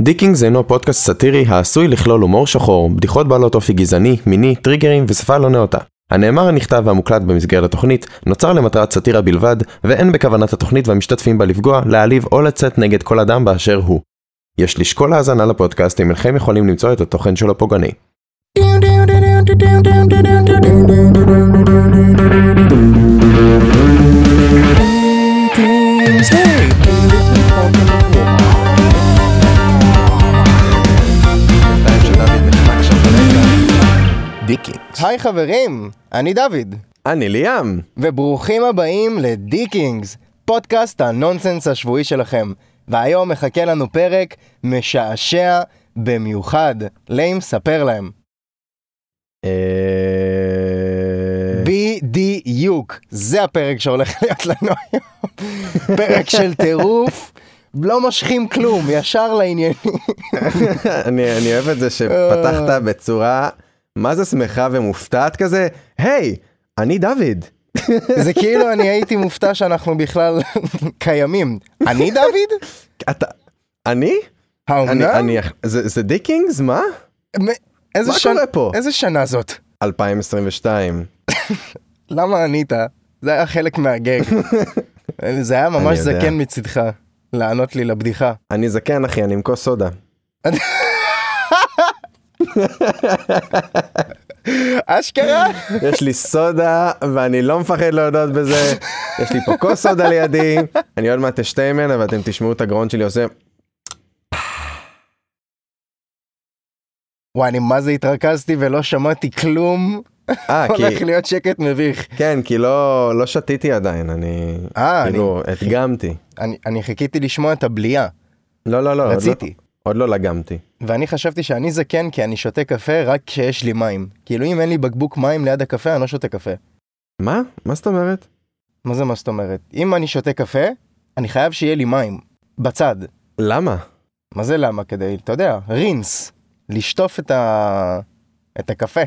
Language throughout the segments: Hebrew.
דיקינגס אינו פודקאסט סאטירי העשוי לכלול הומור שחור, בדיחות בעלות אופי גזעני, מיני, טריגרים ושפה לא נאותה. הנאמר הנכתב והמוקלט במסגרת התוכנית נוצר למטרת סאטירה בלבד, ואין בכוונת התוכנית והמשתתפים בה לפגוע, להעליב או לצאת נגד כל אדם באשר הוא. יש לשקול האזנה לפודקאסט אם אינכם יכולים למצוא את התוכן שלו פוגעני. דיקינגס. היי חברים, אני דוד, אני ליאם. וברוכים הבאים לדיקינגס, פודקאסט הנונסנס השבועי שלכם. והיום מחכה לנו פרק משעשע במיוחד. ליים, ספר להם. אה. בדיוק, זה הפרק שהולך להיות לנו היום. פרק של טירוף, לא מושכים כלום, ישר לעניינים. אני, אני אוהב את זה אה. שפתחת בצורה מה זה שמחה ומופתעת כזה, היי, אני דוד. זה כאילו אני הייתי מופתע שאנחנו בכלל קיימים. אני דוד? אתה, אני? אני, האומנם? אני, זה, זה דיקינגס? מה? מ- איזה מה שנה- קורה פה? איזה שנה זאת? 2022. למה ענית? זה היה חלק מהגג. זה היה אני ממש יודע. זקן מצידך, לענות לי לבדיחה. אני זקן אחי, אני עם כוס סודה. אשכרה? יש לי סודה ואני לא מפחד להודות בזה. יש לי פה כוס סודה לידי, אני עוד מעט אשתה ממנה ואתם תשמעו את הגרון שלי עושה. וואי, אני מה זה התרכזתי ולא שמעתי כלום. אה, הולך כי, להיות שקט מביך. כן, כי לא, לא שתיתי עדיין, אני, אה, אני- כאילו, הדגמתי. אני- אני חיכיתי לשמוע את הבליעה, לא, לא, לא, עוד לא- רציתי. עוד לא לגמתי. ואני חשבתי שאני זקן כי אני שותה קפה רק כשיש לי מים. כאילו אם אין לי בקבוק מים ליד הקפה, אני לא שותה קפה. מה? מה זאת אומרת? מה זה מה זאת אומרת? אם אני שותה קפה, אני חייב שיהיה לי מים. בצד. למה? מה זה למה? כדי, אתה יודע, רינס. לשטוף את ה... את הקפה.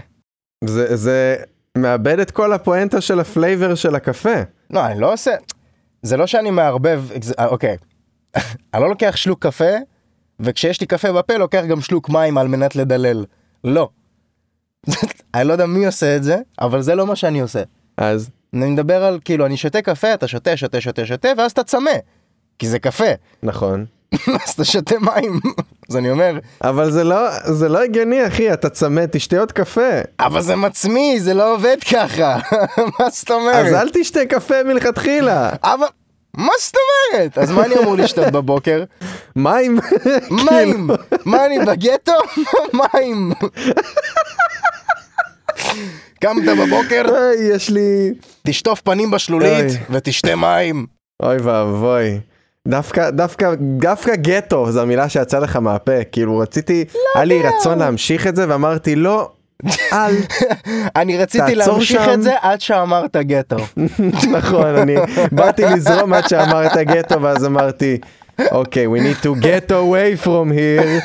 זה, זה מאבד את כל הפואנטה של הפלייבר של הקפה. לא, אני לא עושה... זה לא שאני מערבב... זה- אה, אוקיי. אני לא לוקח שלוק קפה, וכשיש לי קפה בפה, לוקח גם שלוק מים על מנת לדלל. לא. אני לא יודע מי עושה את זה, אבל זה לא מה שאני עושה. אז אני מדבר על, כאילו, אני שותה קפה, אתה שותה, שותה, שותה, שותה, ואז אתה צמא. כי זה קפה. נכון. אז אתה שותה מים. אז אני אומר, אבל זה לא, זה לא הגיוני אחי, אתה צמא, תשתה עוד קפה. אבל זה מצמיא, זה לא עובד ככה. מה זאת אומרת? אז אל תשתה קפה מלכתחילה. אבל... מה זאת אומרת? אז מה אני אמור לשתות בבוקר? מים. מים! כאילו. מה אני בגטו? מים! קמת בבוקר, אוי, יש לי... תשטוף פנים בשלולית אוי. ותשתה מים. אוי ואבוי. דווקא, דווקא, דווקא גטו זו המילה שיצאה לך מהפה. כאילו רציתי, לא היה לי רצון להמשיך את זה ואמרתי לא, אל. אני רציתי תעצור להמשיך שם. את זה עד שאמרת גטו. נכון, אני באתי לזרום עד שאמרת גטו ואז אמרתי, אוקיי, we need to get away from here.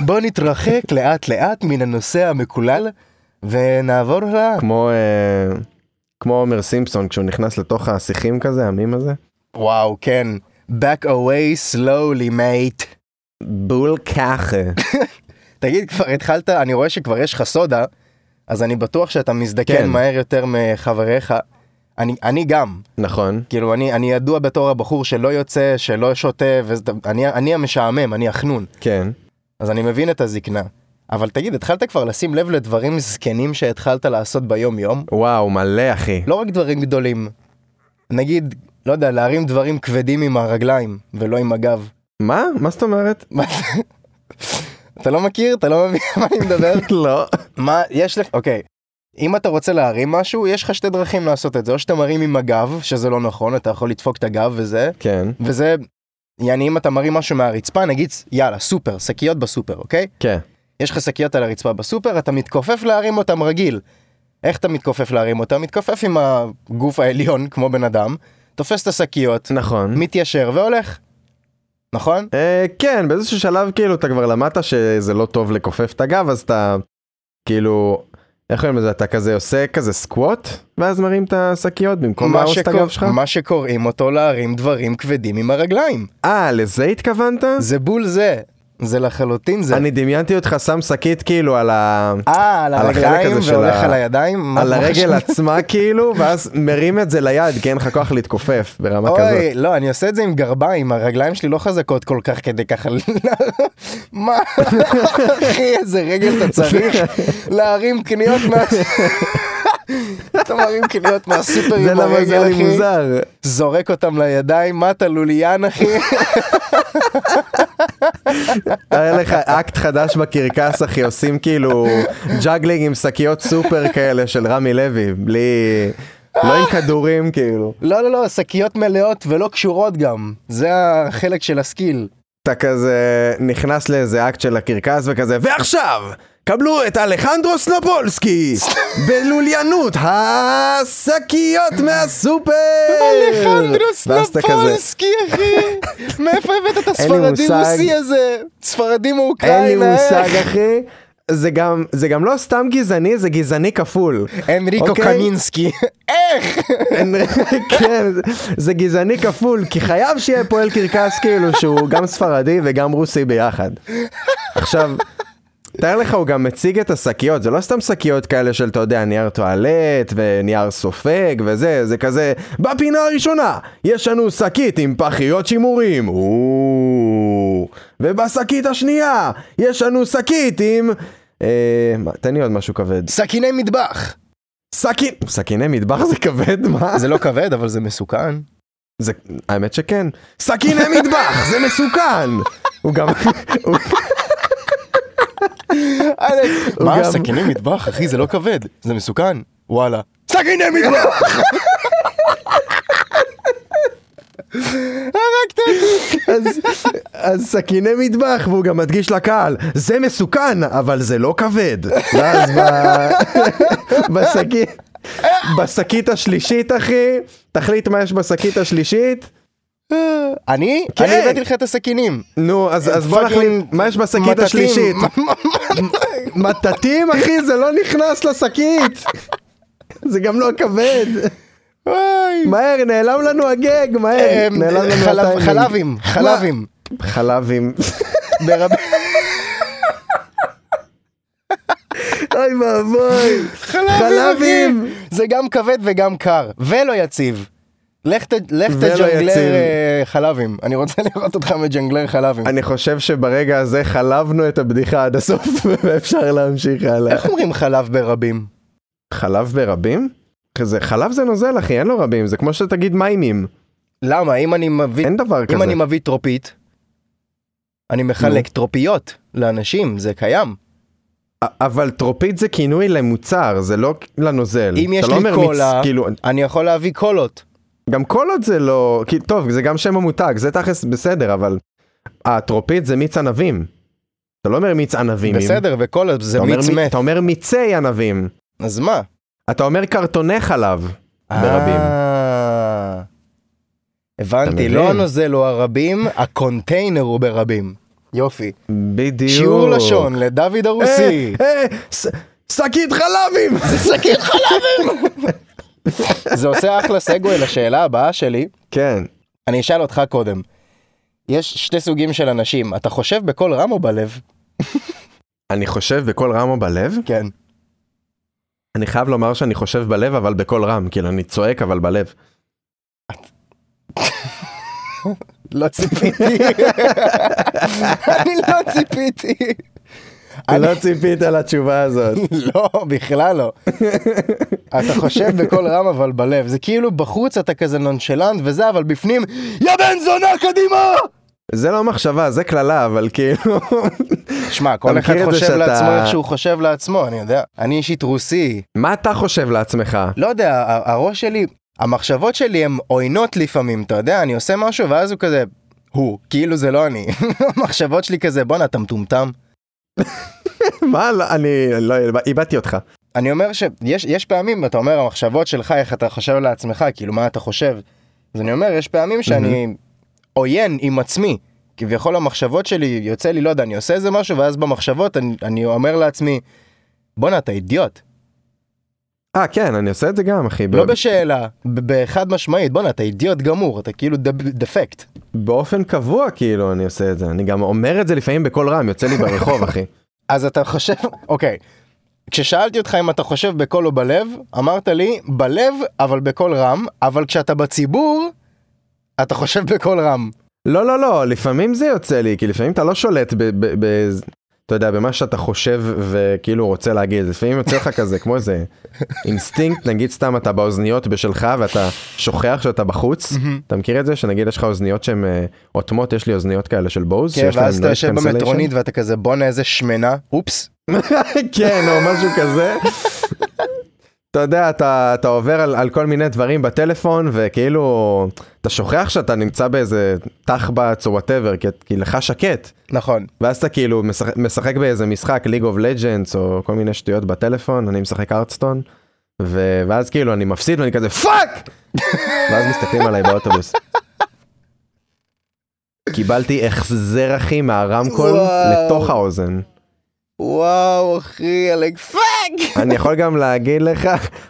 בוא נתרחק לאט לאט מן הנושא המקולל ונעבור ל... כמו אה, כמו עומר סימפסון כשהוא נכנס לתוך השיחים כזה המים הזה. וואו, כן. back away slowly mate. בול ככה. תגיד, כבר התחלת, אני רואה שכבר יש לך סודה, אז אני בטוח שאתה מזדקן כן. מהר יותר מחבריך. אני, אני גם, נכון. כאילו, אני, אני ידוע בתור הבחור שלא יוצא, שלא שותה, ואני אני המשעמם, אני החנון. כן. אז אני מבין את הזקנה. אבל תגיד, התחלת כבר לשים לב לדברים זקנים שהתחלת לעשות ביום-יום? וואו מלא אחי. לא רק דברים גדולים. נגיד, לא יודע, להרים דברים כבדים עם הרגליים, ולא עם הגב. מה? מה זאת אומרת? מה זה? אתה לא מכיר? אתה לא מבין על מה אני מדבר? לא. מה יש לך אוקיי אם אתה רוצה להרים משהו יש לך שתי דרכים לעשות את זה או שאתה מרים עם הגב שזה לא נכון אתה יכול לדפוק את הגב וזה כן. וזה יעני אם אתה מרים משהו מהרצפה נגיד יאללה סופר שקיות בסופר אוקיי כן. יש לך שקיות על הרצפה בסופר אתה מתכופף להרים אותם רגיל. איך אתה מתכופף להרים אותם מתכופף עם הגוף העליון כמו בן אדם תופס את השקיות נכון. מתיישר והולך. נכון? אה, כן באיזשהו שלב כאילו אתה כבר למדת שזה לא טוב לכופף את הגב אז אתה כאילו איך קוראים לזה? אתה כזה עושה כזה סקווט, ואז מרים את השקיות במקום מה, להרוס את הגב שקור... שלך? מה שקוראים אותו להרים דברים כבדים עם הרגליים. אה, לזה התכוונת? זה בול זה. זה לחלוטין זה. אני דמיינתי אותך שם שקית כאילו על ה... אה, על על החלק הרגליים הזה של והולך ה- על הידיים? על מה- מה הרגל שמה? עצמה כאילו, ואז מרים את זה ליד, כי אין לך כוח להתכופף ברמה כזאת. אוי, לא, אני עושה את זה עם גרביים, הרגליים שלי לא חזקות כל כך כדי ככה... ל- מה, אחי, איזה רגל אתה צריך להרים קניות מה... אתה מרים קניות מהסופר זה עם למה זה היה הרגל, לי אחי, מוזר. זורק אותם לידיים, מה אתה לוליין, אחי? היה לך אקט חדש בקרקס, אחי, עושים כאילו ג'אגלינג עם שקיות סופר כאלה של רמי לוי, בלי... לא עם כדורים כאילו. לא, לא, לא, שקיות מלאות ולא קשורות גם. זה החלק של הסקיל. אתה כזה נכנס לאיזה אקט של הקרקס וכזה, ועכשיו! קבלו את אלחנדרו סנופולסקי בלוליינות השקיות מהסופר! אה, ואז אתה כזה, אחי! מאיפה הבאת את אין לי הספרדי מושג. רוסי הזה? ספרדי מאוקראינה, אין לי מושג אחי, זה גם, זה גם לא סתם גזעני, זה גזעני כפול. הנריקו אוקיי? קמינסקי. איך? אין- כן, זה- זה גזעני כפול, כי חייב שיהיה פועל קרקס כאילו שהוא גם ספרדי וגם רוסי ביחד. עכשיו, תאר לך, הוא גם מציג את השקיות, זה לא סתם שקיות כאלה של, אתה יודע, נייר טואלט ונייר סופג וזה, זה כזה, בפינה הראשונה, יש לנו שקית עם פחיות שימורים, או, ובשקית השנייה, יש לנו שקית עם... אה, מה, תן לי עוד משהו כבד. סכיני מטבח. סכין... סכיני מטבח זה כבד? מה? זה לא כבד, אבל זה מסוכן. זה, האמת שכן. סכיני מטבח, זה מסוכן! הוא גם, הוא, הוא מה, גם- סכיני מטבח, אחי, זה לא כבד. זה מסוכן. וואלה. סכיני מטבח! אז, אז סכיני מטבח, והוא גם מדגיש לקהל, זה מסוכן, אבל זה לא כבד. ואז ב, בשקית, בשקית השלישית, אחי, תחליט מה יש בשקית השלישית. אני? כן. אני הבאתי לך את הסכינים. נו, אז, אז בוא פאקינג נחליט, מה יש בשקית מטאטים. השלישית? מטטים, אחי, זה לא נכנס לשקית. זה גם לא כבד. וואי. מהר, נעלם לנו הגג, מהר. אמ, נעלם לנו חלב- הטיימינג. חלבים, מה? חלבים. חלבים. ברב- אוי ואבוי. חלבים. חלבים. זה גם כבד וגם קר, ולא יציב. לך ת- לך ולא תג'נגלר יציב. אה, חלבים, אני רוצה לראות אותך מג'נגלר חלבים. אני חושב שברגע הזה חלבנו את הבדיחה עד הסוף, ואפשר להמשיך הלאה. איך אומרים חלב ברבים? חלב ברבים? זה, חלב זה נוזל, אחי, אין לו רבים. זה כמו שתגיד מיימים. למה? אם אני מביא, אין דבר אם כזה. אני מביא טרופית, אני מחלק טרופיות לאנשים, זה קיים. א- אבל טרופית זה כינוי למוצר, זה לא לנוזל. אם אתה יש לא לי אומר מיץ, קולה- כאילו, אני יכול להביא קולות. גם כל עוד זה לא... כי- טוב, זה גם שם המותג, זה תכלס בסדר, אבל... הטרופית זה מיץ ענבים. אתה לא אומר מיץ ענבים. בסדר, וקולות זה אתה אומר מיץ מי- מת. אתה אומר מיצי ענבים. אז מה? אתה אומר קרטוני חלב. ברבים. אה, הבנתי, מבין? לא הנוזל הוא הרבים, הקונטיינר הוא ברבים. יופי. בדיוק. שיעור לשון לדוד הרוסי. אה, אה, ש- שקית חלבים! שקית חלבים! זה עושה אחלה סגווי לשאלה הבאה שלי. כן. אני אשאל אותך קודם. יש שתי סוגים של אנשים, אתה חושב בקול רם או בלב? אני חושב בקול רם או בלב? כן. אני חייב לומר שאני חושב בלב, אבל בקול רם. כאילו, אני צועק, אבל בלב. לא ציפיתי. אני לא ציפיתי. אני- לא ציפית לתשובה הזאת. לא, בכלל לא. אתה חושב בקול רם אבל בלב, זה כאילו בחוץ אתה כזה נונשלנט וזה, אבל בפנים, יא בן זונה קדימה! זה לא מחשבה, זה קללה, אבל כאילו... שמע, אתה כל אחד מכיר את זה חושב שאתה- לעצמו איך שהוא חושב לעצמו, אני יודע. אני אישית רוסי, מה אתה חושב לעצמך? לא יודע, ה- הראש שלי, המחשבות שלי הן עוינות לפעמים, אתה יודע, אני עושה משהו ואז הוא כזה, הוא, כאילו זה לא אני. המחשבות שלי כזה, בואנה, אתה מטומטם. מה, לא, אני לא, איבדתי אותך. אני אומר שיש יש פעמים, אתה אומר, המחשבות שלך, איך אתה חושב לעצמך, כאילו, מה אתה חושב. אז אני אומר, יש פעמים שאני עוין עם עצמי. כביכול המחשבות שלי, יוצא לי, לא יודע, אני עושה איזה משהו, ואז במחשבות אני, אני אומר לעצמי, בואנה, אתה אידיוט. אה, כן, אני עושה את זה גם, אחי. לא ב- בשאלה, ב- בחד משמעית, בואנה, אתה אידיוט גמור, אתה כאילו דב- דפקט. באופן קבוע, כאילו, אני עושה את זה. אני גם אומר את זה לפעמים בקול רם, יוצא לי ברחוב, אחי. אז אתה חושב, אוקיי, כששאלתי אותך אם אתה חושב בקול או בלב, אמרת לי, בלב, אבל בקול רם, אבל כשאתה בציבור, אתה חושב בקול רם. לא, לא, לא, לפעמים זה יוצא לי, כי לפעמים אתה לא שולט ב... ב, ב אתה יודע, במה שאתה חושב וכאילו רוצה להגיד, לפעמים יוצא לך כזה, כמו איזה אינסטינקט, נגיד סתם אתה באוזניות בשלך ואתה שוכח שאתה בחוץ, אתה מכיר את זה? שנגיד יש לך אוזניות שהן אה, אוטמות, יש לי אוזניות כאלה של בוז, כן, שיש להן ואז אתה noise יושב cancellation. במטרונית ואתה כזה, בואנה איזה שמנה, אופס. כן, או משהו כזה. אתה יודע, אתה, אתה עובר על, על כל מיני דברים בטלפון, וכאילו, אתה שוכח שאתה נמצא באיזה תחבץ או וואטאבר, כי, כי לך שקט. נכון. ואז אתה כאילו משחק, משחק באיזה משחק, ליג אוף לג'נדס, או כל מיני שטויות בטלפון, אני משחק ארטסטון, ו... ואז כאילו אני מפסיד ואני כזה פאק! ואז מסתכלים עליי באוטובוס. קיבלתי החזר אחי מהרמקול וואו. לתוך האוזן. וואו, אחי, עלק פאק! אני יכול גם להגיד לך,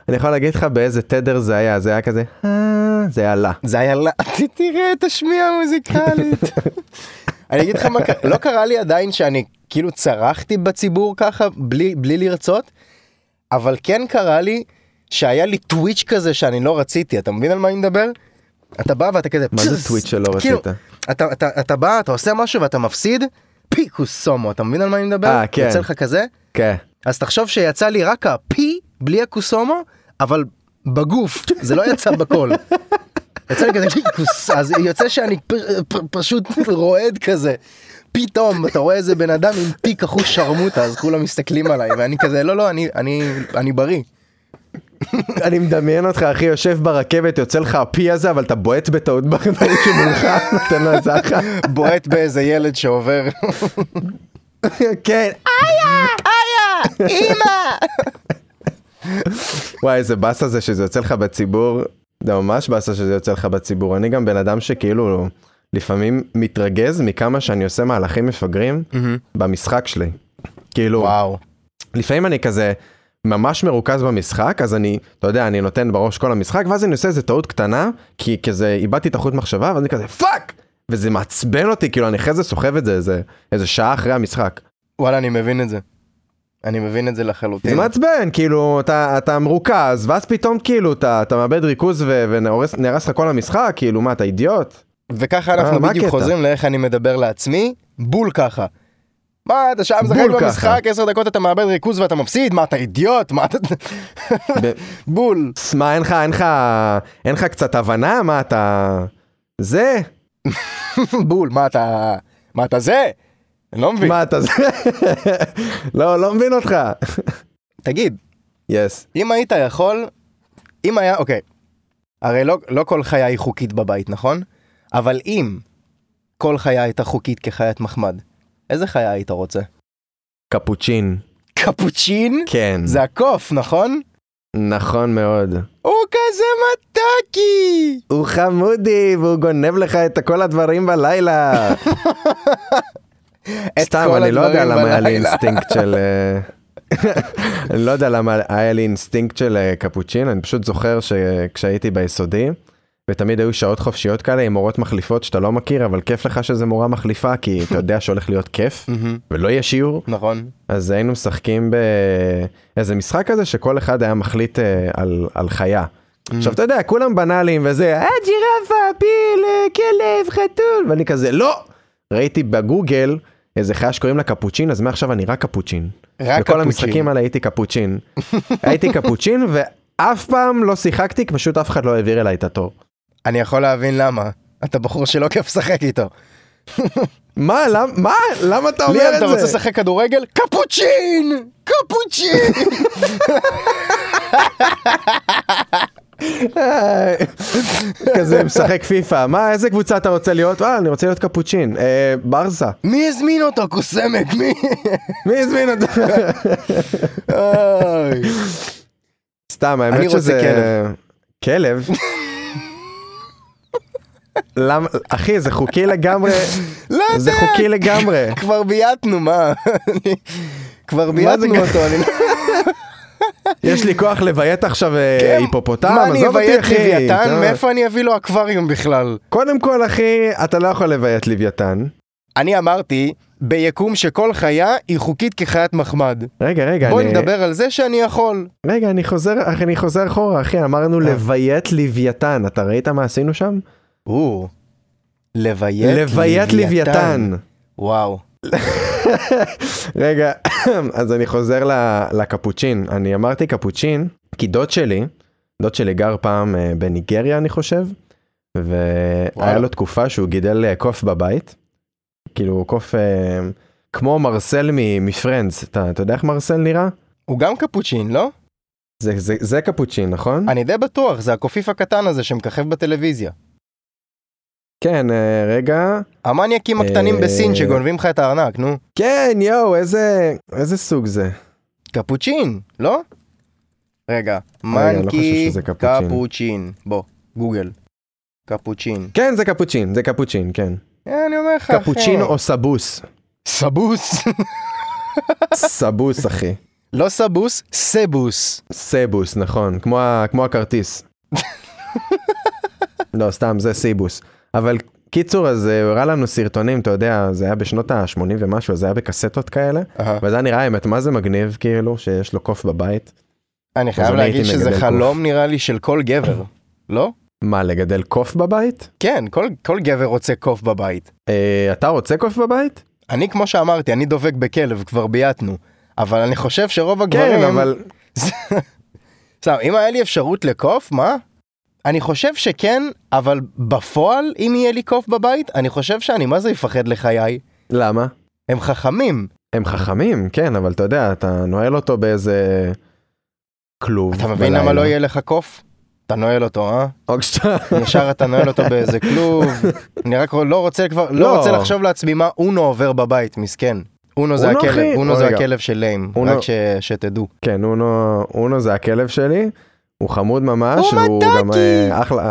אני יכול להגיד לך באיזה תדר זה היה, זה היה כזה, "אה", זה היה לה. זה היה לה... תראה את השמיעה המוזיקלית. אני אגיד לך מה קרה, לא קרה לי עדיין שאני כאילו צרחתי בציבור ככה, בלי, בלי לרצות, אבל כן קרה לי שהיה לי טוויץ' כזה שאני לא רציתי, אתה מבין על מה אני מדבר? אתה בא ואתה כזה... מה זה פסס, טוויץ' שלא כאילו, רצית? אתה, אתה, אתה בא, אתה עושה משהו ואתה מפסיד, פיקוס סומו, אתה מבין על מה אני מדבר? אה, כן. יוצא לך כזה? כן. אז תחשוב שיצא לי רק הפי בלי הקוסומו, אבל בגוף, זה לא יצא בקול. יצא לי כזה קוס, אז יוצא שאני פ, פ, פשוט רועד כזה. פתאום אתה רואה איזה בן אדם עם תיק אחוז שרמוטה, אז כולם מסתכלים עליי, ואני כזה, לא, לא, אני, אני, אני בריא. אני מדמיין אותך אחי יושב ברכבת יוצא לך הפי הזה אבל אתה בועט בטעות ברכבת שמולך נותן לו איזה אחת. בועט באיזה ילד שעובר, כן. אמא! וואי איזה באסה זה שזה יוצא לך בציבור. זה ממש באסה שזה יוצא לך בציבור. אני גם בן אדם שכאילו לפעמים מתרגז מכמה שאני עושה מהלכים מפגרים במשחק שלי. כאילו וואו. לפעמים אני כזה ממש מרוכז במשחק אז אני אתה יודע אני נותן בראש כל המשחק ואז אני עושה איזה טעות קטנה כי כזה איבדתי את החוט מחשבה ואז אני כזה פאק וזה מעצבן אותי כאילו אני אחרי זה סוחב את זה איזה איזה שעה אחרי המשחק. וואלה, אני מבין את זה. אני מבין את זה לחלוטין. זה מעצבן כאילו אתה אתה מרוכז ואז פתאום כאילו אתה אתה מאבד ריכוז ו- ונהרס נהרס לך כל המשחק כאילו מה אתה אידיוט. וככה אה, אנחנו מה בדיוק הקטע? חוזרים לאיך אני מדבר לעצמי, בול ככה. מה אתה שעה משחק בול במשחק עשר דקות אתה מאבד ריכוז ואתה מפסיד מה אתה אידיוט מה אתה ב- בול מה אין לך אין לך אין לך קצת הבנה מה אתה זה בול מה אתה מה אתה זה אני לא מבין מה אתה זה לא לא מבין אותך. תגיד יס. אם היית יכול אם היה אוקיי הרי לא לא כל חיה היא חוקית בבית נכון אבל אם כל חיה הייתה חוקית כחיית מחמד איזה חיה היית רוצה קפוצ'ין. קפוצ'ין כן. זה הקוף נכון נכון מאוד. הוא כזה מתקי הוא חמודי והוא גונב לך את כל הדברים בלילה. את סתם, כל אני לא יודע הדברים למה היה לי בלילה. אינסטינקט של... אה, אני לא יודע למה היה לי אינסטינקט של אה, קפוצ'ין, אני פשוט זוכר שכשהייתי ביסודי, ותמיד היו שעות חופשיות כאלה עם מורות מחליפות שאתה לא מכיר, אבל כיף לך שזה מורה מחליפה, כי אתה יודע שהולך להיות כיף, מהמם, ולא יהיה שיעור. נכון אז היינו משחקים באיזה משחק כזה שכל אחד היה מחליט אה, על, על חיה. Mm. עכשיו אתה יודע, כולם בנאליים וזה, אה ג'ירפה, פיל, אה, כלב, חתול, ואני כזה, לא! ראיתי בגוגל איזה חיה שקוראים לה קפוצ'ין, אז מעכשיו אני רק קפוצ'ין. רק בכל קפוצ'ין. המשחקים האלה הייתי קפוצ'ין. הייתי קפוצ'ין ואף פעם לא שיחקתי, כי פשוט אף אחד לא העביר אליי את התור. אני יכול להבין למה. אתה בחור שלא כיף לשחק איתו. מה, למה, מה, למה אתה אומר ליאם, אתה את רוצה זה? לשחק כדורגל? קפוצ'ין! קפוצ'ין! כזה משחק פיפא, מה, איזה קבוצה אתה רוצה להיות? אה, אני רוצה להיות קפוצ'ין. אה, ברסה. מי הזמין אותו? קוסמק, מי? מי הזמין אותו? אוי. סתם, אני האמת רוצה שזה... כלב? למה, אחי, זה חוקי לגמרי, לא זה יודע, חוקי לגמרי. כבר בייתנו, מה? כבר מה זה בייתנו גם- אותו. אני- יש לי כוח לביית עכשיו אה, כן, היפופוטם, מה אני עזוב אותי אביית אחי. אה. לוויתן? אתה- מאיפה אני אביא לו אקווריום בכלל? קודם כל אחי, אתה לא יכול לביית לוויתן. אני אמרתי, ביקום שכל חיה היא חוקית כחיית מחמד. רגע, רגע, בואי אני- נדבר על זה שאני יכול. רגע, אני חוזר, אח, אני חוזר אחורה, אחי, אמרנו אה. לביית לוויתן, אתה ראית מה עשינו שם? או, לביית לביית לוויתן. וואו. רגע, אז אני חוזר ל- לקפוצ'ין. אני אמרתי קפוצ'ין, כי דוד שלי, דוד שלי גר פעם אה, בניגריה, אני חושב, והיה וואלה. לו תקופה שהוא גידל אה, קוף בבית. כאילו, קוף אה, כמו מרסל מ- מפרנדס. אתה אתה יודע איך מרסל נראה? הוא גם קפוצ'ין, לא? זה- זה- זה קפוצ'ין, נכון? אני די בטוח, זה הקופיף הקטן הזה שמככב בטלוויזיה. כן, אה, רגע. המניאקים הקטנים אה. בסין שגונבים לך את הארנק, נו. כן, יואו, איזה איזה סוג זה. קפוצ'ין, לא? רגע, אני לא חושב מנקי שזה קפוצ'ין. קפוצ'ין. בוא, גוגל. קפוצ'ין. כן, זה קפוצ'ין, זה קפוצ'ין, כן. אה, אני אומר לך, אחי. קפוצ'ין או סבוס? סבוס. סבוס, אחי. לא סבוס, סבוס. סבוס, נכון, כמו, ה- כמו הכרטיס. לא, סתם, זה סיבוס. אבל קיצור, אז אה, הוא הראה לנו סרטונים, אתה יודע, זה היה בשנות ה-80 ומשהו, אז זה היה בקסטות כאלה, אהה. וזה היה נראה האמת, מה זה מגניב, כאילו, שיש לו קוף בבית. אני אז חייב אני להגיד הייתי שזה מגדל חלום נראה לי של כל גבר, לא? מה, לגדל קוף בבית? כן, כל, כל גבר רוצה קוף בבית. אה, אתה רוצה קוף בבית? אני, כמו שאמרתי, אני דובק בכלב, כבר בייתנו. אבל אני חושב שרוב הגברים... כן, אבל... סתם, אם היה לי אפשרות לקוף, מה? אני חושב שכן, אבל בפועל, אם יהיה לי קוף בבית, אני חושב שאני מה זה יפחד לחיי. למה? הם חכמים. הם חכמים, כן, אבל אתה יודע, אתה נועל אותו באיזה... כלוב. אתה מבין בלילה. אוקיי, למה לא יהיה לך קוף? אתה נועל אותו, אה? או כשאתה... ישר אתה נועל אותו באיזה כלוב. אני רק לא רוצה כבר, לא לא. רוצה לחשוב לעצמי מה אונו עובר בבית, מסכן. אונו זה אונו, הכלב, אחי. אונו זה רגע. הכלב של ליים, אונו. רק ש- שתדעו. כן, אונו, אונו זה הכלב שלי, הוא חמוד ממש, הוא והוא גם מתוקי. אה, אחלה,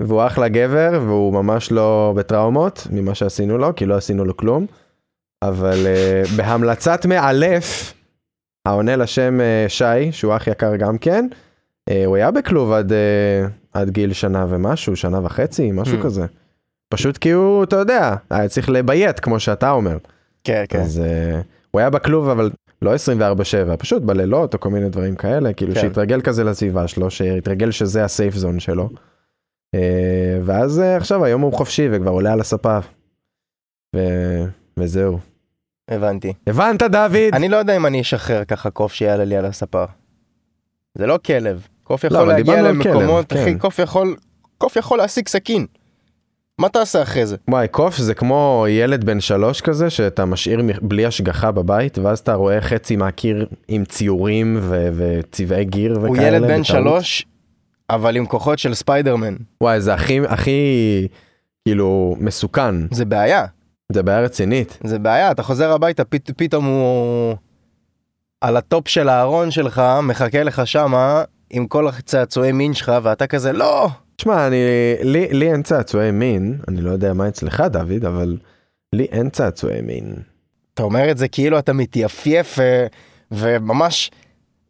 והוא אחלה גבר, והוא ממש לא בטראומות ממה שעשינו לו, כי לא עשינו לו כלום, אבל אה, בהמלצת מאלף, העונה לשם אה, שי, שהוא אח יקר גם כן, אה, הוא היה בכלוב עד, אה, עד גיל שנה ומשהו, שנה וחצי, משהו Hmm. כזה. פשוט כי הוא, אתה יודע, היה צריך לביית, כמו שאתה אומר. כן, כן. אז uh, הוא היה בכלוב אבל לא 24/7 פשוט בלילות או כל מיני דברים כאלה כאילו כן. שהתרגל כזה לסביבה שלו שהתרגל שזה הסייף זון שלו. Uh, ואז uh, עכשיו היום הוא חופשי וכבר עולה על הספה. ו... וזהו. הבנתי. הבנת דוד? אני לא יודע אם אני אשחרר ככה קוף שיעלה לי על הספה. זה לא כלב. קוף יכול אבל להגיע דיברנו על כלב, למקומות, אחי, כן. קוף יכול, קוף יכול להשיג סכין. מה תעשה אחרי זה? וואי קוף זה כמו ילד בן שלוש כזה שאתה משאיר מ- בלי השגחה בבית ואז אתה רואה חצי מהקיר עם ציורים ו... וצבעי גיר וכאלה. הוא ילד בן בטעות. שלוש, אבל עם כוחות של ספיידרמן. וואי זה הכי הכי כאילו מסוכן זה בעיה. זה בעיה רצינית. זה בעיה, אתה חוזר הביתה, פת, פתאום הוא על הטופ של הארון שלך, מחכה לך שמה, עם כל הצעצועי מין שלך, ואתה כזה, לא! תשמע, אני, לי, לי אין צעצועי מין, אני לא יודע מה אצלך דוד, אבל לי אין צעצועי מין. אתה אומר את זה כאילו אתה מתייפייף, ו- וממש,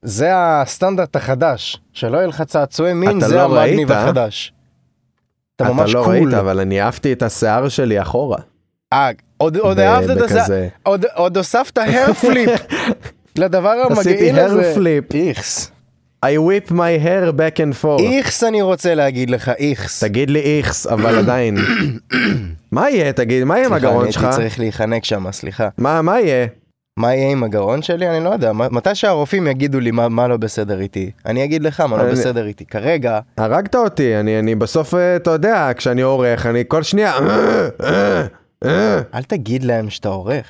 זה הסטנדרט החדש, שלא יהיה לך צעצועי מין, אתה זה לא המגניב ראית? החדש. אתה אתה ממש לא קול. ראית, אבל אני אהבתי את השיער שלי אחורה. אה, עוד, עוד ב- אהבת את זה, בכזה- עוד, עוד הוספת הר פליפ לדבר עשיתי המגעיל הזה. hair flip. איכס. I whip my hair back and forth. איכס אני רוצה להגיד לך, איכס. תגיד לי איכס, אבל עדיין. מה יהיה, תגיד, מה יהיה עם סליחה, הגרון אני שלך? הייתי צריך להיחנק שם, סליחה. מה, מה יהיה? מה יהיה עם הגרון שלי? אני לא יודע. מה- מתי שהרופאים יגידו לי מה, מה לא בסדר איתי, אני אגיד לך מה לא אני- בסדר איתי. כרגע, הרגת אותי, אני, אני בסוף, אה, אתה יודע, כשאני עורך, אני כל שנייה... אה, אה, אה. אל תגיד להם שאתה עורך.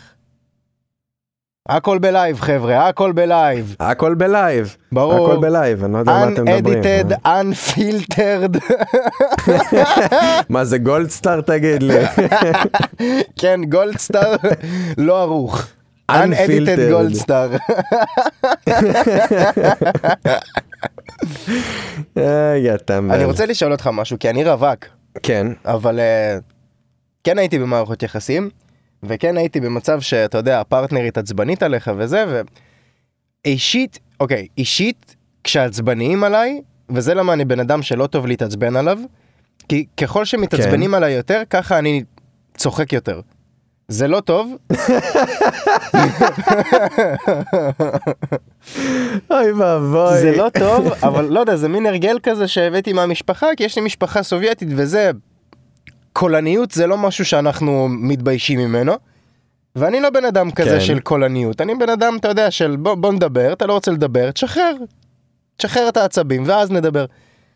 הכל בלייב, חבר'ה, הכל בלייב. הכל בלייב. ברור. הכל בלייב, אני לא יודע מה אתם מדברים. אה? Unedited, unfiltered. מה זה גולדסטאר תגיד לי? כן, גולד סטאר לא ערוך. Unedited Unfiltered. גולד סטאר. איי, אה, אתה מבין. אני רוצה לשאול אותך משהו, כי אני רווק. כן. אבל אה, כן הייתי במערכות יחסים, וכן הייתי במצב שאתה יודע, הפרטנרית עצבנית עליך וזה, ואישית אוקיי, אישית, כשעצבניים עליי, וזה למה אני בן אדם שלא טוב להתעצבן עליו, כי ככל שמתעצבנים עליי יותר, ככה אני צוחק יותר. זה לא טוב, אוי ואבוי. זה לא טוב, אבל לא יודע, זה מין הרגל כזה שהבאתי מהמשפחה, כי יש לי משפחה סובייטית וזה... קולניות זה לא משהו שאנחנו מתביישים ממנו. ואני לא בן אדם כזה כן. של קולניות, אני בן אדם, אתה יודע, של בוא, בוא נדבר, אתה לא רוצה לדבר, תשחרר. תשחרר את העצבים, ואז נדבר.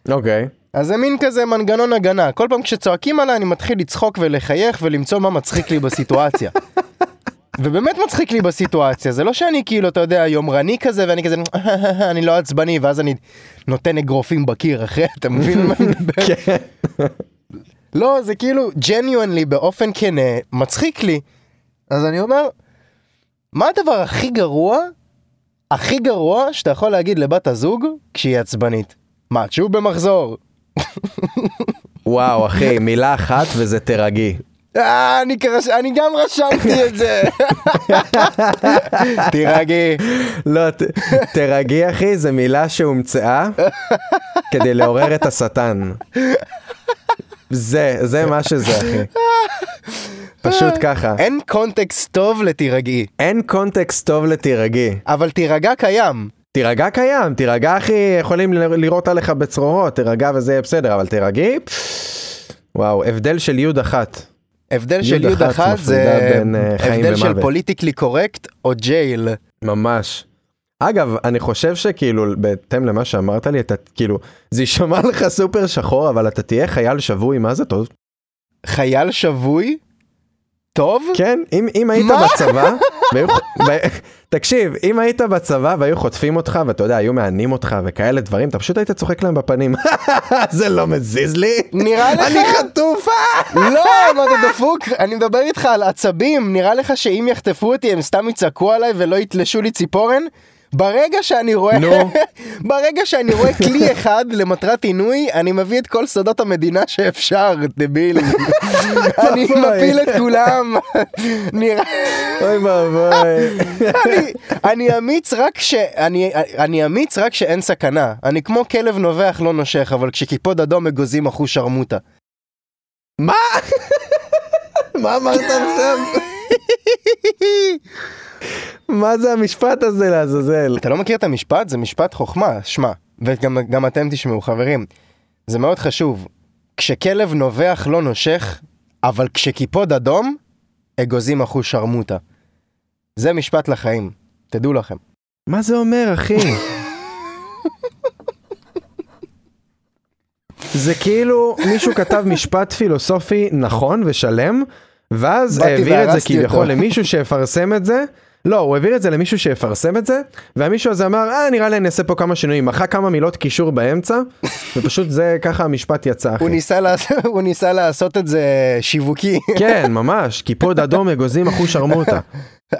אוקיי. אז זה מין כזה מנגנון הגנה, כל פעם כשצועקים עליי אני מתחיל לצחוק ולחייך ולמצוא מה מצחיק לי בסיטואציה. ובאמת מצחיק לי בסיטואציה, זה לא שאני כאילו, אתה יודע, יומרני כזה, ואני כזה, אני לא עצבני, ואז אני נותן אגרופים בקיר אחרי, אתה מבין על מה אני מדבר? כן. לא, זה כאילו ג'ניואנלי באופן כן מצחיק לי. אז אני אומר, מה הדבר הכי גרוע, הכי גרוע שאתה יכול להגיד לבת הזוג כשהיא עצבנית? מה, שהוא במחזור. וואו, אחי, מילה אחת וזה תרגי. אה, אני, כרש... אני גם רשמתי את זה. תירגעי. לא, ת- תרגי, אחי, זו מילה שהומצאה כדי לעורר את השטן. זה, זה מה שזה, אחי. פשוט ככה. אין קונטקסט טוב לתירגעי, אין קונטקסט טוב לתירגי. אבל תירגע קיים. תירגע קיים, תירגע אחי, יכולים ל- לירות עליך בצרורות, תירגע וזה יהיה בסדר, אבל תירגעי, פפפ, וואו, הבדל של יוד אחת. הבדל יוד של יוד אחת אחת זה מפרידה בין, אה, חיים הבדל של ומוות. פוליטיקלי קורקט או ג'ייל. ממש. אגב, אני חושב שכאילו, בהתאם למה שאמרת לי, אתה כאילו, זה יישמע לך סופר שחור, אבל אתה תהיה חייל שבוי, מה זה טוב? חייל שבוי? טוב? כן, אם, אם היית מה? בצבא, והיו, ח- ו... תקשיב, אם היית בצבא והיו חוטפים אותך, ואתה יודע, היו מענים אותך וכאלה דברים, אתה פשוט היית צוחק להם בפנים. זה לא מזיז לי, נראה לך? אני חטוף, אה! לא, מה אתה דפוק? אני מדבר איתך על עצבים, נראה לך שאם יחטפו אותי הם סתם יצעקו עליי ולא יתלשו לי ציפורן? ברגע שאני רואה, נו. ברגע שאני רואה כלי אחד למטרת עינוי, אני מביא את כל סודות המדינה שאפשר, דביל. אני אוי. מפיל את כולם. נראה... אוי ואבוי. אני- אני אמיץ רק ש... אני, אני אמיץ רק שאין סכנה. אני כמו כלב נובח לא נושך, אבל כשקיפוד אדום אגוזים אחו שרמוטה. מה אמרת עכשיו? מה זה המשפט הזה לעזאזל? אתה לא מכיר את המשפט? זה משפט חוכמה, שמע. וגם גם אתם תשמעו, חברים. זה מאוד חשוב. כשכלב נובח לא נושך, אבל כשקיפוד אדום, אגוזים אחו שרמוטה. זה משפט לחיים, תדעו לכם. מה זה אומר, אחי? זה כאילו מישהו כתב משפט פילוסופי נכון ושלם, ואז באתי העביר את זה והרסתי כביכול אותו. למישהו שיפרסם את זה. לא, הוא העביר את זה למישהו שיפרסם את זה, והמישהו הזה אמר, אה, נראה לי אני אעשה פה כמה שינויים, מחק כמה מילות קישור באמצע, ופשוט זה, ככה המשפט יצא, הוא אחי. ניסה, לעשות, הוא ניסה לעשות את זה שיווקי. כן, ממש, קיפוד אדום, אגוזים, אחוש שרמוטה.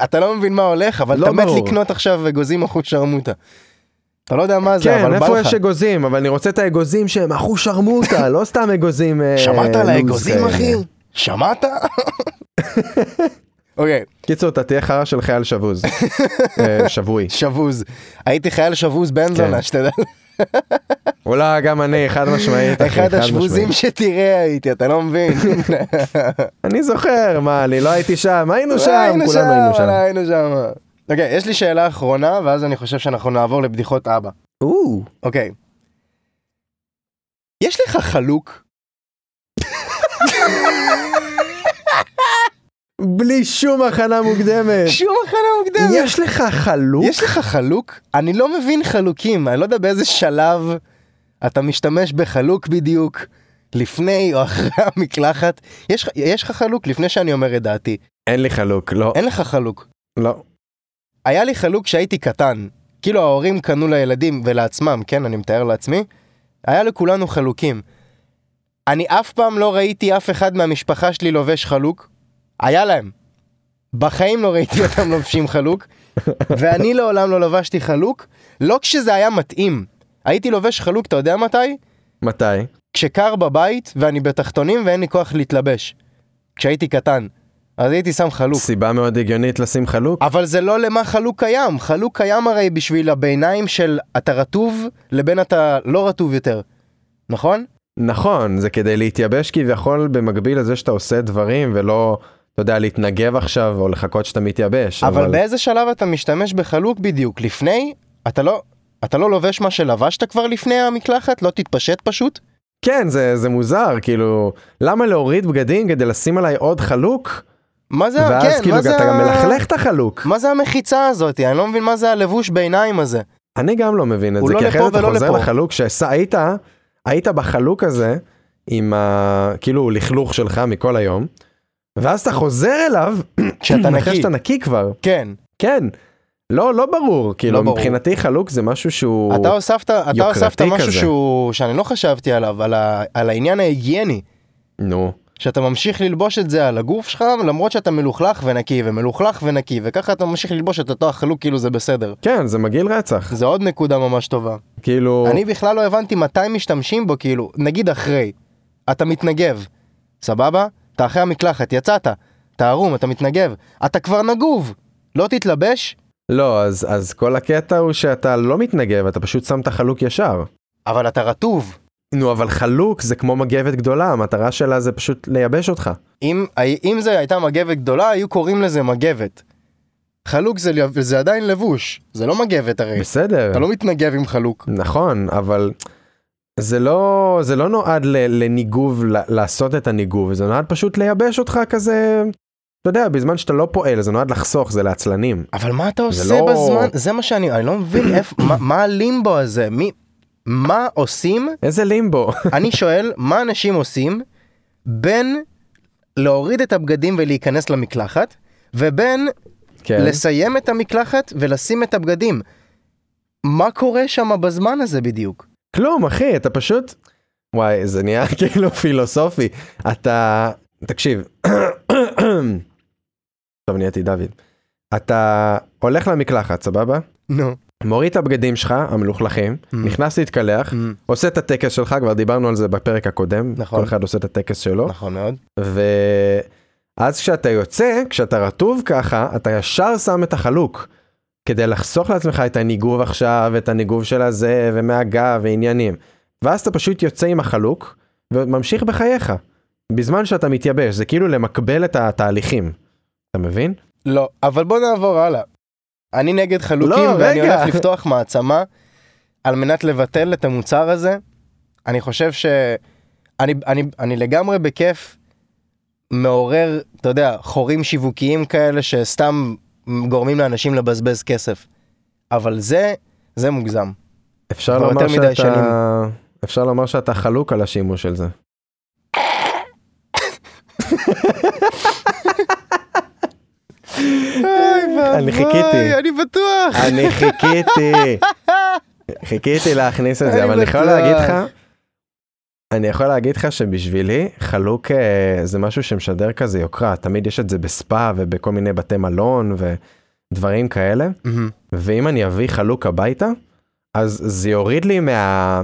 אתה לא מבין מה הולך, אבל לא אתה מת ברור. לקנות עכשיו אגוזים אחוז שרמוטה. אתה לא יודע מה זה, כן, אבל בא איפה לך. יש אגוזים? אבל אני רוצה את האגוזים שהם אחו שרמוטה, לא סתם אגוזים... אה, שמעת על לוז אה. האגוזים, כאלה. אחי? שמעת? אוקיי, קיצור, אתה תהיה חרא של חייל שבוז. אה, שבוי. שבוז. הייתי חייל שבוז בן כן. זונה, שתדע. אולי גם אני, חד משמעית. אחי, אחד חד השבוזים משמעית. שתראה הייתי, אתה לא מבין. אני זוכר, מה, אני לא הייתי שם, היינו שם, אה, היינו כולנו היינו וואלה, שם. היינו שם. אוקיי, יש לי שאלה אחרונה, ואז אני חושב שאנחנו נעבור לבדיחות אבא. או, אוקיי. יש לך חלוק? בלי שום הכנה מוקדמת. שום הכנה מוקדמת. יש לך כן. חלוק? לא יש לך חלוק? אני לא מבין חלוקים, אני לא יודע באיזה שלב אתה משתמש בחלוק בדיוק, לפני או אחרי המקלחת. יש, לך- יש לך חלוק? לפני שאני אומר את דעתי. אין לי חלוק, לא. אין לך חלוק. לא. היה לי חלוק כשהייתי קטן. כאילו ההורים קנו לילדים ולעצמם, כן, אני מתאר לעצמי. היה לכולנו חלוקים. אני אף פעם לא ראיתי אף אחד מהמשפחה שלי לובש חלוק. היה להם. בחיים לא ראיתי אותם לובשים חלוק. ואני לעולם לא לבשתי חלוק, לא כשזה היה מתאים. הייתי לובש חלוק, אתה יודע מתי? מתי? כשקר בבית ואני בתחתונים ואין לי כוח להתלבש. כשהייתי קטן. אז הייתי שם חלוק. סיבה מאוד הגיונית לשים חלוק. אבל זה לא למה חלוק קיים, חלוק קיים הרי בשביל הביניים של אתה רטוב לבין אתה לא רטוב יותר, נכון? נכון, זה כדי להתייבש כביכול במקביל לזה שאתה עושה דברים ולא, אתה יודע, להתנגב עכשיו או לחכות שאתה מתייבש. אבל באיזה שלב אתה משתמש בחלוק בדיוק? לפני? אתה לא, אתה לא לובש מה שלבשת כבר לפני המקלחת? לא תתפשט פשוט? כן, זה, זה מוזר, כאילו, למה להוריד בגדים כדי לשים עליי עוד חלוק? מה זה, ואז כן, כאילו מה אתה זה... גם ה- מלכלך את החלוק. מה זה המחיצה הזאת? אני לא מבין מה זה הלבוש ביניים הזה. אני גם לא מבין את הוא זה, לא כי לפה אחרת אתה ולא חוזר לפה. לחלוק שהיית, היית בחלוק הזה עם ה... כאילו לכלוך שלך מכל היום, ואז אתה חוזר אליו כשאתה אחרי נקי. שאתה נקי כבר, כן. כן. לא, לא ברור, כאילו ברור. מבחינתי חלוק זה משהו שהוא... אתה הוספת, אתה יוקרתי הוספת משהו כזה. שהוא, שאני לא חשבתי עליו, על, ה, על העניין ההיגייני. נו. שאתה ממשיך ללבוש את זה על הגוף שלך למרות שאתה מלוכלך ונקי ומלוכלך ונקי וככה אתה ממשיך ללבוש את אותו החלוק כאילו זה בסדר. כן, זה מגעיל רצח. זה עוד נקודה ממש טובה. כאילו... אני בכלל לא הבנתי מתי משתמשים בו כאילו נגיד אחרי. אתה מתנגב. סבבה? אתה אחרי המקלחת יצאת. אתה ערום אתה מתנגב. אתה כבר נגוב. לא תתלבש לא, אז, אז כל הקטע הוא שאתה לא מתנגב, אתה פשוט שם את החלוק ישר. אבל אתה רטוב. נו, אבל חלוק זה כמו מגבת גדולה, המטרה שלה זה פשוט לייבש אותך. אם, אם זה הייתה מגבת גדולה היו קוראים לזה מגבת. חלוק זה, זה עדיין לבוש. זה לא מגבת הרי. בסדר. אתה לא מתנגב עם חלוק. נכון, אבל זה לא, זה לא נועד ל, לניגוב, ל, לעשות את הניגוב, זה נועד פשוט לייבש אותך כזה, אתה יודע, בזמן שאתה לא פועל, זה נועד לחסוך, זה לעצלנים. אבל מה אתה עושה לא- לא... בזמן? זה מה שאני, אני לא מבין איפה, מה, מה הלימבו הזה? מי, מה עושים? איזה לימבו. אני שואל, מה אנשים עושים בין להוריד את הבגדים ולהיכנס למקלחת, ובין כן. לסיים את המקלחת ולשים את הבגדים? מה קורה שם בזמן הזה בדיוק? כלום, אחי, אתה פשוט... וואי, זה נהיה כאילו פילוסופי. אתה... תקשיב. עכשיו נהייתי דוד. אתה הולך למקלחת, סבבה? נו. מוריד את הבגדים שלך, המלוכלכים, Mm. נכנס להתקלח, עושה את הטקס שלך, כבר דיברנו על זה בפרק הקודם, נכון. כל אחד עושה את הטקס שלו, נכון מאוד. ואז כשאתה יוצא, כשאתה רטוב ככה, אתה ישר שם את החלוק, כדי לחסוך לעצמך את הניגוב עכשיו, את הניגוב של הזה, ומהגב, ועניינים. ואז אתה פשוט יוצא עם החלוק, וממשיך בחייך, בזמן שאתה מתייבש, זה כאילו למקבל את התהליכים. אתה מבין? לא, אבל בוא נעבור הלאה. אני נגד חלוקים, לא, ואני רגע. הולך לפתוח מעצמה על מנת לבטל את המוצר הזה. אני חושב ש... אני, אני, אני לגמרי בכיף מעורר, אתה יודע, חורים שיווקיים כאלה שסתם גורמים לאנשים לבזבז כסף. אבל זה, זה מוגזם. אפשר כבר לומר יותר מדי שאתה... אפשר לומר שאתה חלוק על השימוש של זה. אני חיכיתי. אני בטוח. אני חיכיתי, חיכיתי להכניס את זה, אני אבל אני יכול בטוח. להגיד לך, אני יכול להגיד לך שבשבילי חלוק אה, זה משהו שמשדר כזה יוקרה, תמיד יש את זה בספא ובכל מיני בתי מלון ודברים כאלה, ואם אני אביא חלוק הביתה, אז זה יוריד לי מה...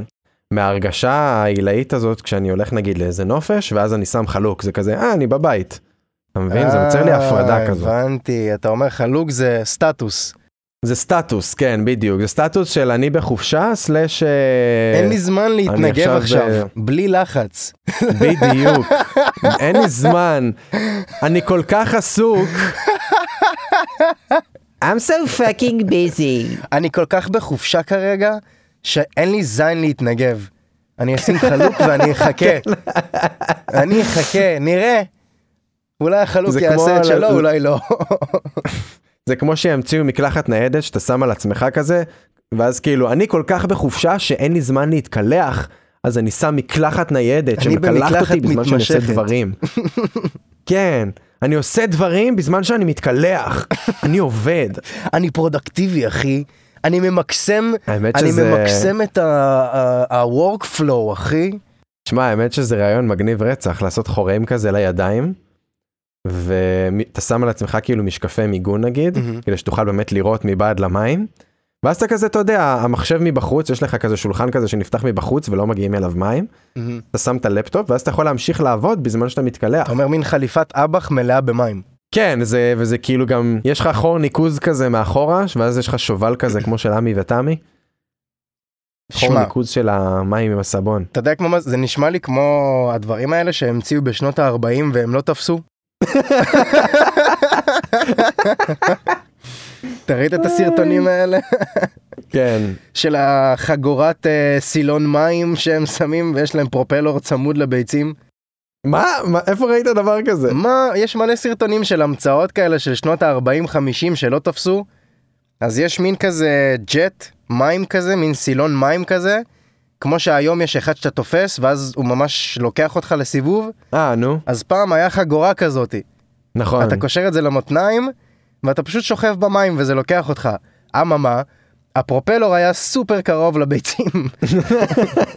מההרגשה העילאית הזאת כשאני הולך נגיד לאיזה נופש ואז אני שם חלוק זה כזה אה אני בבית. אתה מבין זה יוצר לי הפרדה אה, כזו. הבנתי, אתה אומר חלוק זה סטטוס. זה סטטוס כן בדיוק זה סטטוס של אני בחופשה סלאש אה, אין לי זמן להתנגב עכשיו אה, עכשיו, ב- בלי לחץ. בדיוק אין לי זמן אני כל כך עסוק. I'm so fucking busy. אני כל כך בחופשה כרגע, שאין לי זין להתנגב. אני אשים חלוק ואני אחכה. אני אחכה, נראה. אולי החלוק זה כמו יעשה על- את שלו, אולי לא. זה כמו שימציאו מקלחת ניידת שאתה שם על עצמך כזה, ואז כאילו, אני כל כך בחופשה שאין לי זמן להתקלח, אז אני שם מקלחת ניידת אני שמקלחת במקלחת אותי בזמן שאני עושה מתמשכת. דברים. כן, אני עושה דברים בזמן שאני מתקלח, אני עובד. אני פרודקטיבי, אחי. אני ממקסם, האמת אני שזה- ממקסם את ה-workflow, אחי. שמע, האמת שזה רעיון מגניב רצח, לעשות חורים כזה לידיים, ואתה שם על עצמך כאילו משקפי מיגון נגיד, מהמם. כדי שתוכל באמת לראות מבעד למים. ואז אתה כזה, אתה יודע, המחשב מבחוץ, יש לך כזה שולחן כזה שנפתח מבחוץ ולא מגיעים אליו מים, אתה שם את הלפטופ, ואז אתה יכול להמשיך לעבוד בזמן שאתה מתקלח. אתה אומר מין חליפת אב"ח מלאה במים. כן, זה, וזה כאילו גם, יש לך חור ניקוז כזה מאחורה, ואז יש לך שובל כזה כמו של עמי ותמי. חור שמע, ניקוז של המים עם הסבון. אתה יודע כמו מה זה, זה נשמע לי כמו הדברים האלה שהמציאו בשנות ה-40 והם לא תפסו. אתה ראית את הסרטונים האלה כן. של החגורת אה, סילון מים שהם שמים ויש להם פרופלור צמוד לביצים? מה? מה? איפה ראית דבר כזה? מה, יש מלא סרטונים של המצאות כאלה של שנות ה-40-50 שלא תפסו. אז יש מין כזה ג'ט מים כזה, מין סילון מים כזה. כמו שהיום יש אחד שאתה תופס ואז הוא ממש לוקח אותך לסיבוב, אה, נו. אז פעם היה חגורה כזאתי. נכון. אתה קושר את זה למותניים, ואתה פשוט שוכב במים וזה לוקח אותך. אממה, הפרופלור היה סופר קרוב לביצים.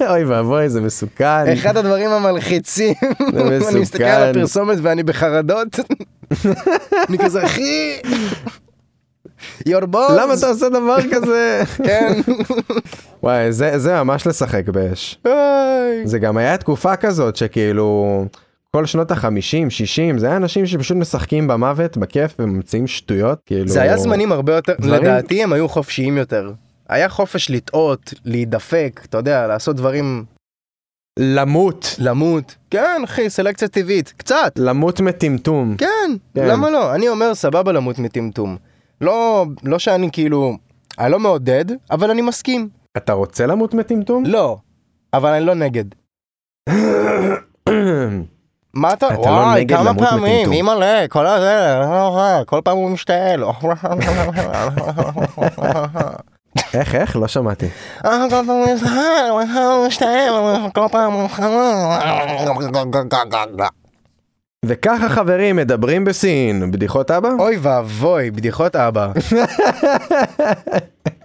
אוי ואבוי, זה מסוכן. אחד הדברים המלחיצים. זה אני מסתכל על מסוכן. הפרסומת ואני בחרדות. אני כזה, אחי... your balls. למה אתה עושה דבר כזה? כן. וואי, זה, זה ממש לשחק באש. איי. זה גם היה תקופה כזאת שכאילו כל שנות החמישים, שישים, זה היה אנשים שפשוט משחקים במוות, בכיף, וממציאים שטויות, כאילו... זה היה זמנים הרבה יותר, דברים- לדעתי הם היו חופשיים יותר. היה חופש לטעות, להידפק, אתה יודע, לעשות דברים, למות. למות. כן, אחי, סלקציה טבעית. קצת. למות מטמטום. כן, כן. למה לא? אני אומר סבבה למות מטמטום. לא, לא שאני כאילו, אני לא מעודד, אבל אני מסכים. אתה רוצה למות מטמטום? לא, אבל אני לא נגד. מה אתה, אתה לא וואי, נגד כמה למות פעמים, מטמטום. אימא'לה, כל הזה, כל פעם הוא משתעל. איך, איך? לא שמעתי. אה, כל פעם הוא משתעל, כל פעם הוא משתעל, כל פעם הוא... וככה חברים מדברים בסין, בדיחות אבא? אוי ואבוי, בדיחות אבא.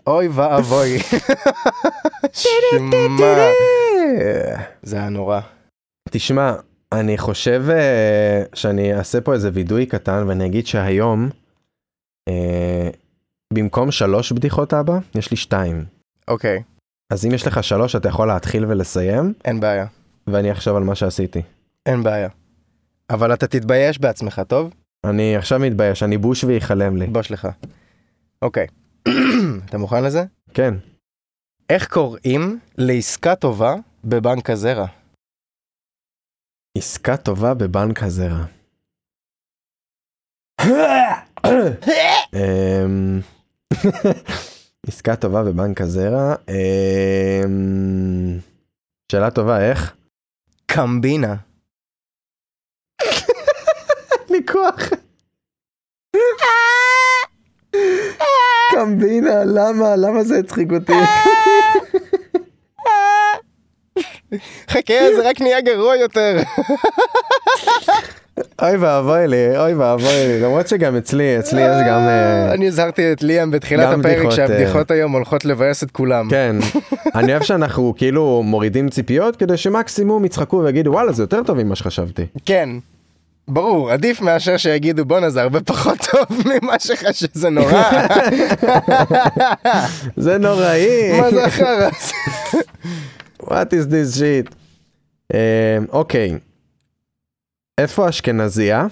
אוי ואבוי. שמע, זה היה נורא. תשמע, אני חושב אה, שאני אעשה פה איזה וידוי קטן ואני אגיד שהיום, אה, במקום שלוש בדיחות אבא, יש לי שתיים. אוקיי, אז אם יש לך שלוש, אתה יכול להתחיל ולסיים, אין בעיה, ואני אחשוב על מה שעשיתי. אין בעיה. אבל אתה תתבייש בעצמך, טוב? אני עכשיו מתבייש, אני בוש וייחלם לי. תתבוש לך. אוקיי. אתה מוכן לזה? כן. איך קוראים לעסקה טובה בבנק הזרע? עסקה טובה בבנק הזרע. אמ, עסקה טובה בבנק הזרע. אמ, שאלה טובה, איך? קמבינה. לי כוח. קמבינה, למה? למה זה הצחיק אותי? חכה, זה רק נהיה גרוע יותר. אוי ואבוי לי, אוי ואבוי לי. למרות שגם אצלי, אצלי יש גם... אה, אני הזהרתי את ליאם בתחילת גם הפרק בדיחות, אה, שהבדיחות היום הולכות לבאס את כולם. כן, אני אוהב שאנחנו כאילו מורידים ציפיות כדי שמקסימום יצחקו ויגידו וואלה זה יותר טוב ממה שחשבתי. כן. ברור, עדיף מאשר שיגידו בואנה זה הרבה פחות טוב ממה שחשב, זה נורא. זה נוראי, מה זה החרא? הזה? what is this shit. אה, אוקיי, איפה אשכנזייה?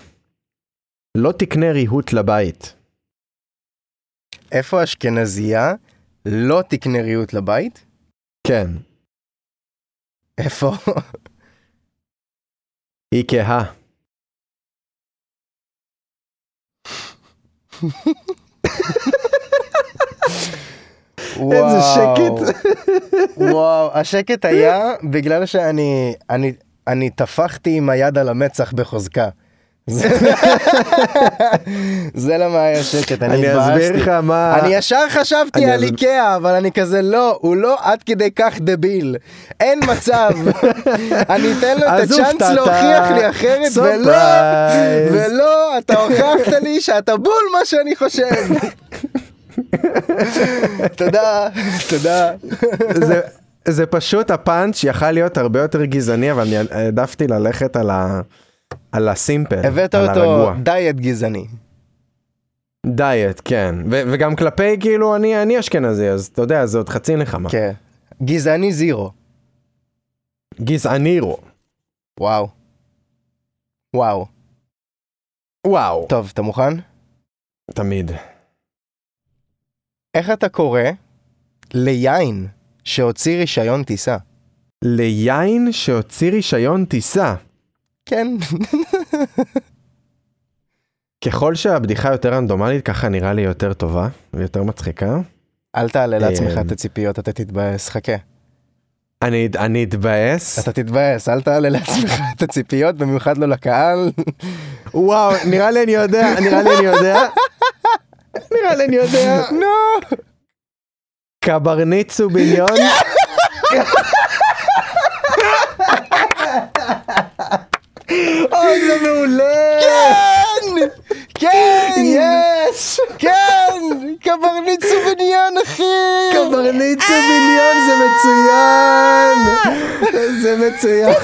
לא תקנה ריהוט לבית. איפה אשכנזייה לא תקנה ריהוט לבית? כן, איפה? היא כהה. איזה שקט. וואו, השקט היה בגלל שאני אני, אני טפחתי עם היד על המצח בחוזקה. זה, זה למה היה שקט, אני אני אסביר התבאסתי. לך מה... אני ישר חשבתי אני על אסביר. איקאה, אבל אני כזה לא, הוא לא עד כדי כך דביל. אין מצב. אני אתן לו את אז הצ'אנס הופתעת. להוכיח לי אחרת, ולא, Surprise. ולא, אתה הוכחת לי שאתה בול מה שאני חושב. תודה, תודה. זה, זה פשוט הפאנץ' יכל להיות הרבה יותר גזעני, אבל אני העדפתי ללכת על, ה, על הסימפל, הבאת על אותו הרגוע. דיאט גזעני. דיאט, כן. ו, וגם כלפי, כאילו, אני, אני אשכנזי, אז אתה יודע, זה עוד חצי נחמה. כן. גזעני זירו. גזענירו. וואו. וואו. וואו. טוב, אתה מוכן? תמיד. איך אתה קורא ליין שהוציא רישיון טיסה? ליין שהוציא רישיון טיסה. כן, ככל שהבדיחה יותר רנדומלית, ככה נראה לי יותר טובה ויותר מצחיקה. אל תעלה לעצמך אמ. את הציפיות, אתה תתבאס, חכה. אני, אני אתבאס. אתה תתבאס, אל תעלה לעצמך את הציפיות, במיוחד לא לקהל. וואו, נראה לי אני יודע, נראה לי אני יודע. נראה לי אני יודע. נו! קברניט סוביליון. אוי, זה מעולה! כן! כן! יש! כן! קברניט סוביניון, אחי! קברניט סוביליון זה מצוין! זה מצוין!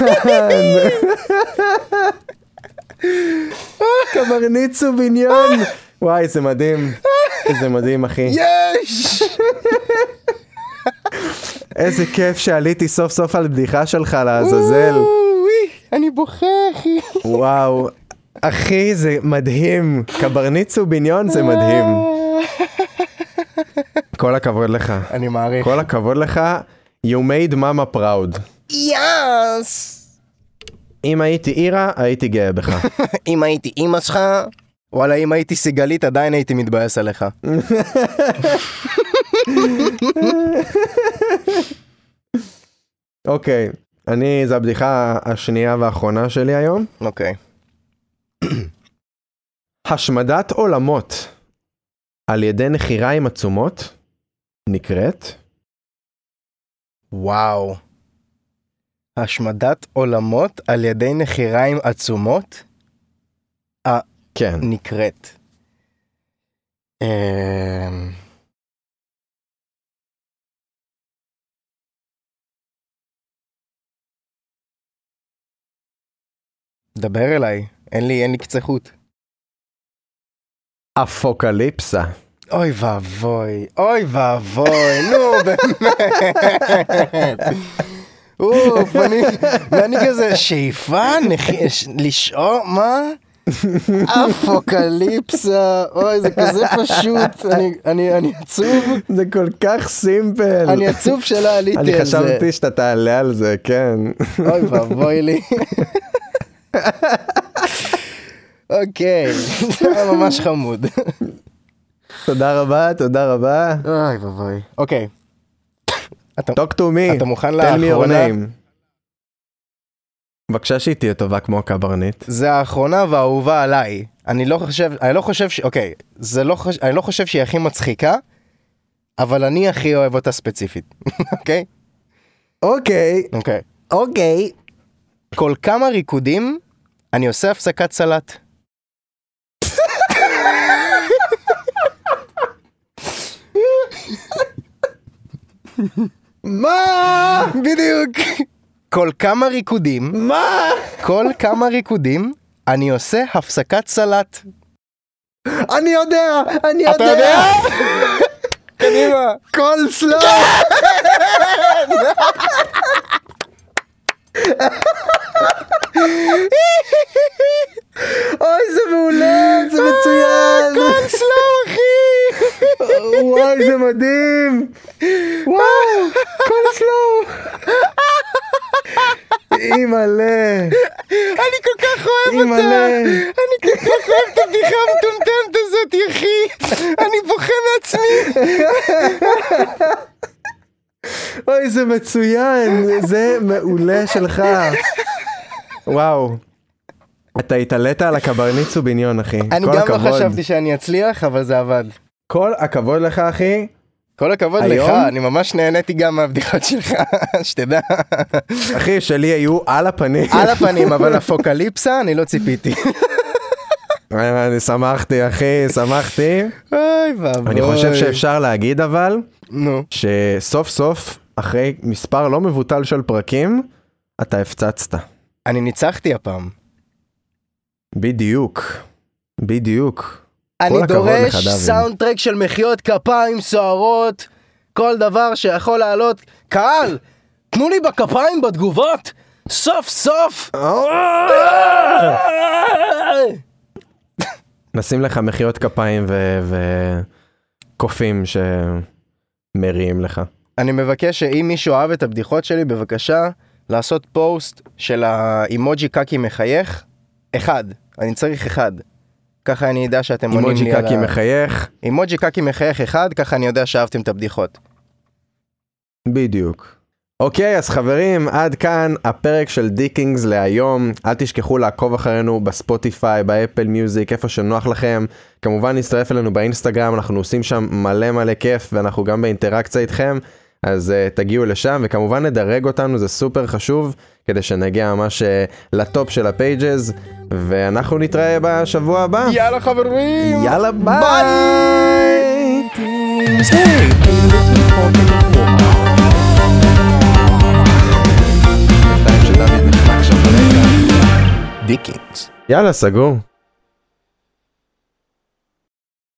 קברניט סוביליון! וואי, זה מדהים. זה מדהים, אחי. יש! איזה כיף שעליתי סוף סוף על בדיחה שלך לעזאזל. אוי, אני בוכה, אחי. וואו. אחי, זה מדהים. קברניט סוביליון זה מדהים. כל הכבוד לך. אני מעריך. כל הכבוד לך. You made mama proud. יאס! אם הייתי אירה, הייתי גאה בך. אם הייתי אימא שלך, וואלה, אם הייתי סיגלית, עדיין הייתי מתבאס עליך. אוקיי, אני, זו הבדיחה השנייה והאחרונה שלי היום. אוקיי. השמדת עולמות על ידי נחיריים עצומות נקראת וואו. השמדת עולמות על ידי נחיריים עצומות כן. נקראת. אמ, דבר אליי, אין לי, אין לי קצה חוט. אפוקליפסה. אוי ואבוי, אוי ואבוי, נו באמת. אוף, אני, ואני כזה שאיפה, נכ- ש- לשאוב, מה? אפוקליפסה, אוי זה כזה פשוט, אני, אני, אני עצוב, זה כל כך סימפל. אני עצוב שלא עליתי אני על זה. חשבתי שאתה תעלה על זה, כן. אוי ואבוי לי. אוקיי, זה היה ממש חמוד. תודה רבה, תודה רבה. אוי ואבוי. אוקיי, talk to me. אתה מוכן tell me your לאחרונה? name. בבקשה שהיא תהיה טובה כמו הקברניט. זה האחרונה והאהובה עליי. אני לא חושב, אני לא חושב ש... אוקיי, זה לא חושב, אני לא חושב שהיא הכי מצחיקה, אבל אני הכי אוהב אותה ספציפית, אוקיי? אוקיי, אוקיי. אוקיי. כל כמה ריקודים אני עושה הפסקת סלט. מה? בדיוק. כל כמה ריקודים, מה? כל כמה ריקודים, אני עושה הפסקת סלט. אני יודע, אני אתה יודע? יודע. קדימה. כל סלאם. כן. אוי, זה מעולה, זה מצוין. כל סלאם, אחי. וואי, זה מדהים. וואו, כל סלאם. אימא'לה. אני כל כך אוהב אותה. אימא'לה. אני כל כך אוהב את הבדיחה המטומטמת הזאת, אחי. אני בוכה מעצמי. אוי, זה מצוין, זה מעולה שלך. וואו. אתה התעלית על הקברניט סוביניון, אחי. אני כל גם לא הכבוד. חשבתי שאני אצליח, אבל זה עבד. כל הכבוד לך, אחי. כל הכבוד היום? לך, אני ממש נהניתי גם מהבדיחות שלך, שתדע. אחי, שלי היו על הפנים. על הפנים, אבל הפוקליפסה אני לא ציפיתי. אה, אני שמחתי, אחי, שמחתי. אוי ואבוי. אני חושב שאפשר להגיד אבל, נו. שסוף סוף, אחרי מספר לא מבוטל של פרקים, אתה הפצצת. אני ניצחתי הפעם. בדיוק. בדיוק. אני הכבוד דורש לך, דוד. סאונדטרק של מחיאות כפיים סוערות, כל דבר שיכול לעלות. קהל, תנו לי בכפיים בתגובות, אה! סוף סוף. נשים לך מחיאות כפיים וקופים שמריעים לך. אני מבקש שאם מישהו אהב את הבדיחות שלי, בבקשה, לעשות פוסט של האימוג'י קקי מחייך. אחד. אני צריך אחד. ככה אני אדע שאתם עונים אימוג'י לי על קקי ה... מחייך, אימוג'י קקי מחייך אחד, ככה אני יודע שאהבתם את הבדיחות. בדיוק. אוקיי, אז חברים, עד כאן הפרק של דיקינגס להיום. אל תשכחו לעקוב אחרינו בספוטיפיי, באפל מיוזיק, איפה שנוח לכם. כמובן להצטרף אלינו באינסטגרם, אנחנו עושים שם מלא מלא כיף, ואנחנו גם באינטראקציה איתכם, אז uh, תגיעו לשם, וכמובן לדרג אותנו, זה סופר חשוב, כדי שנגיע ממש uh, לטופ של הפייג'ז, ואנחנו נתראה בשבוע הבא. יאללה חברים! יאללה ביי! דיקינגס. יאללה, סגור.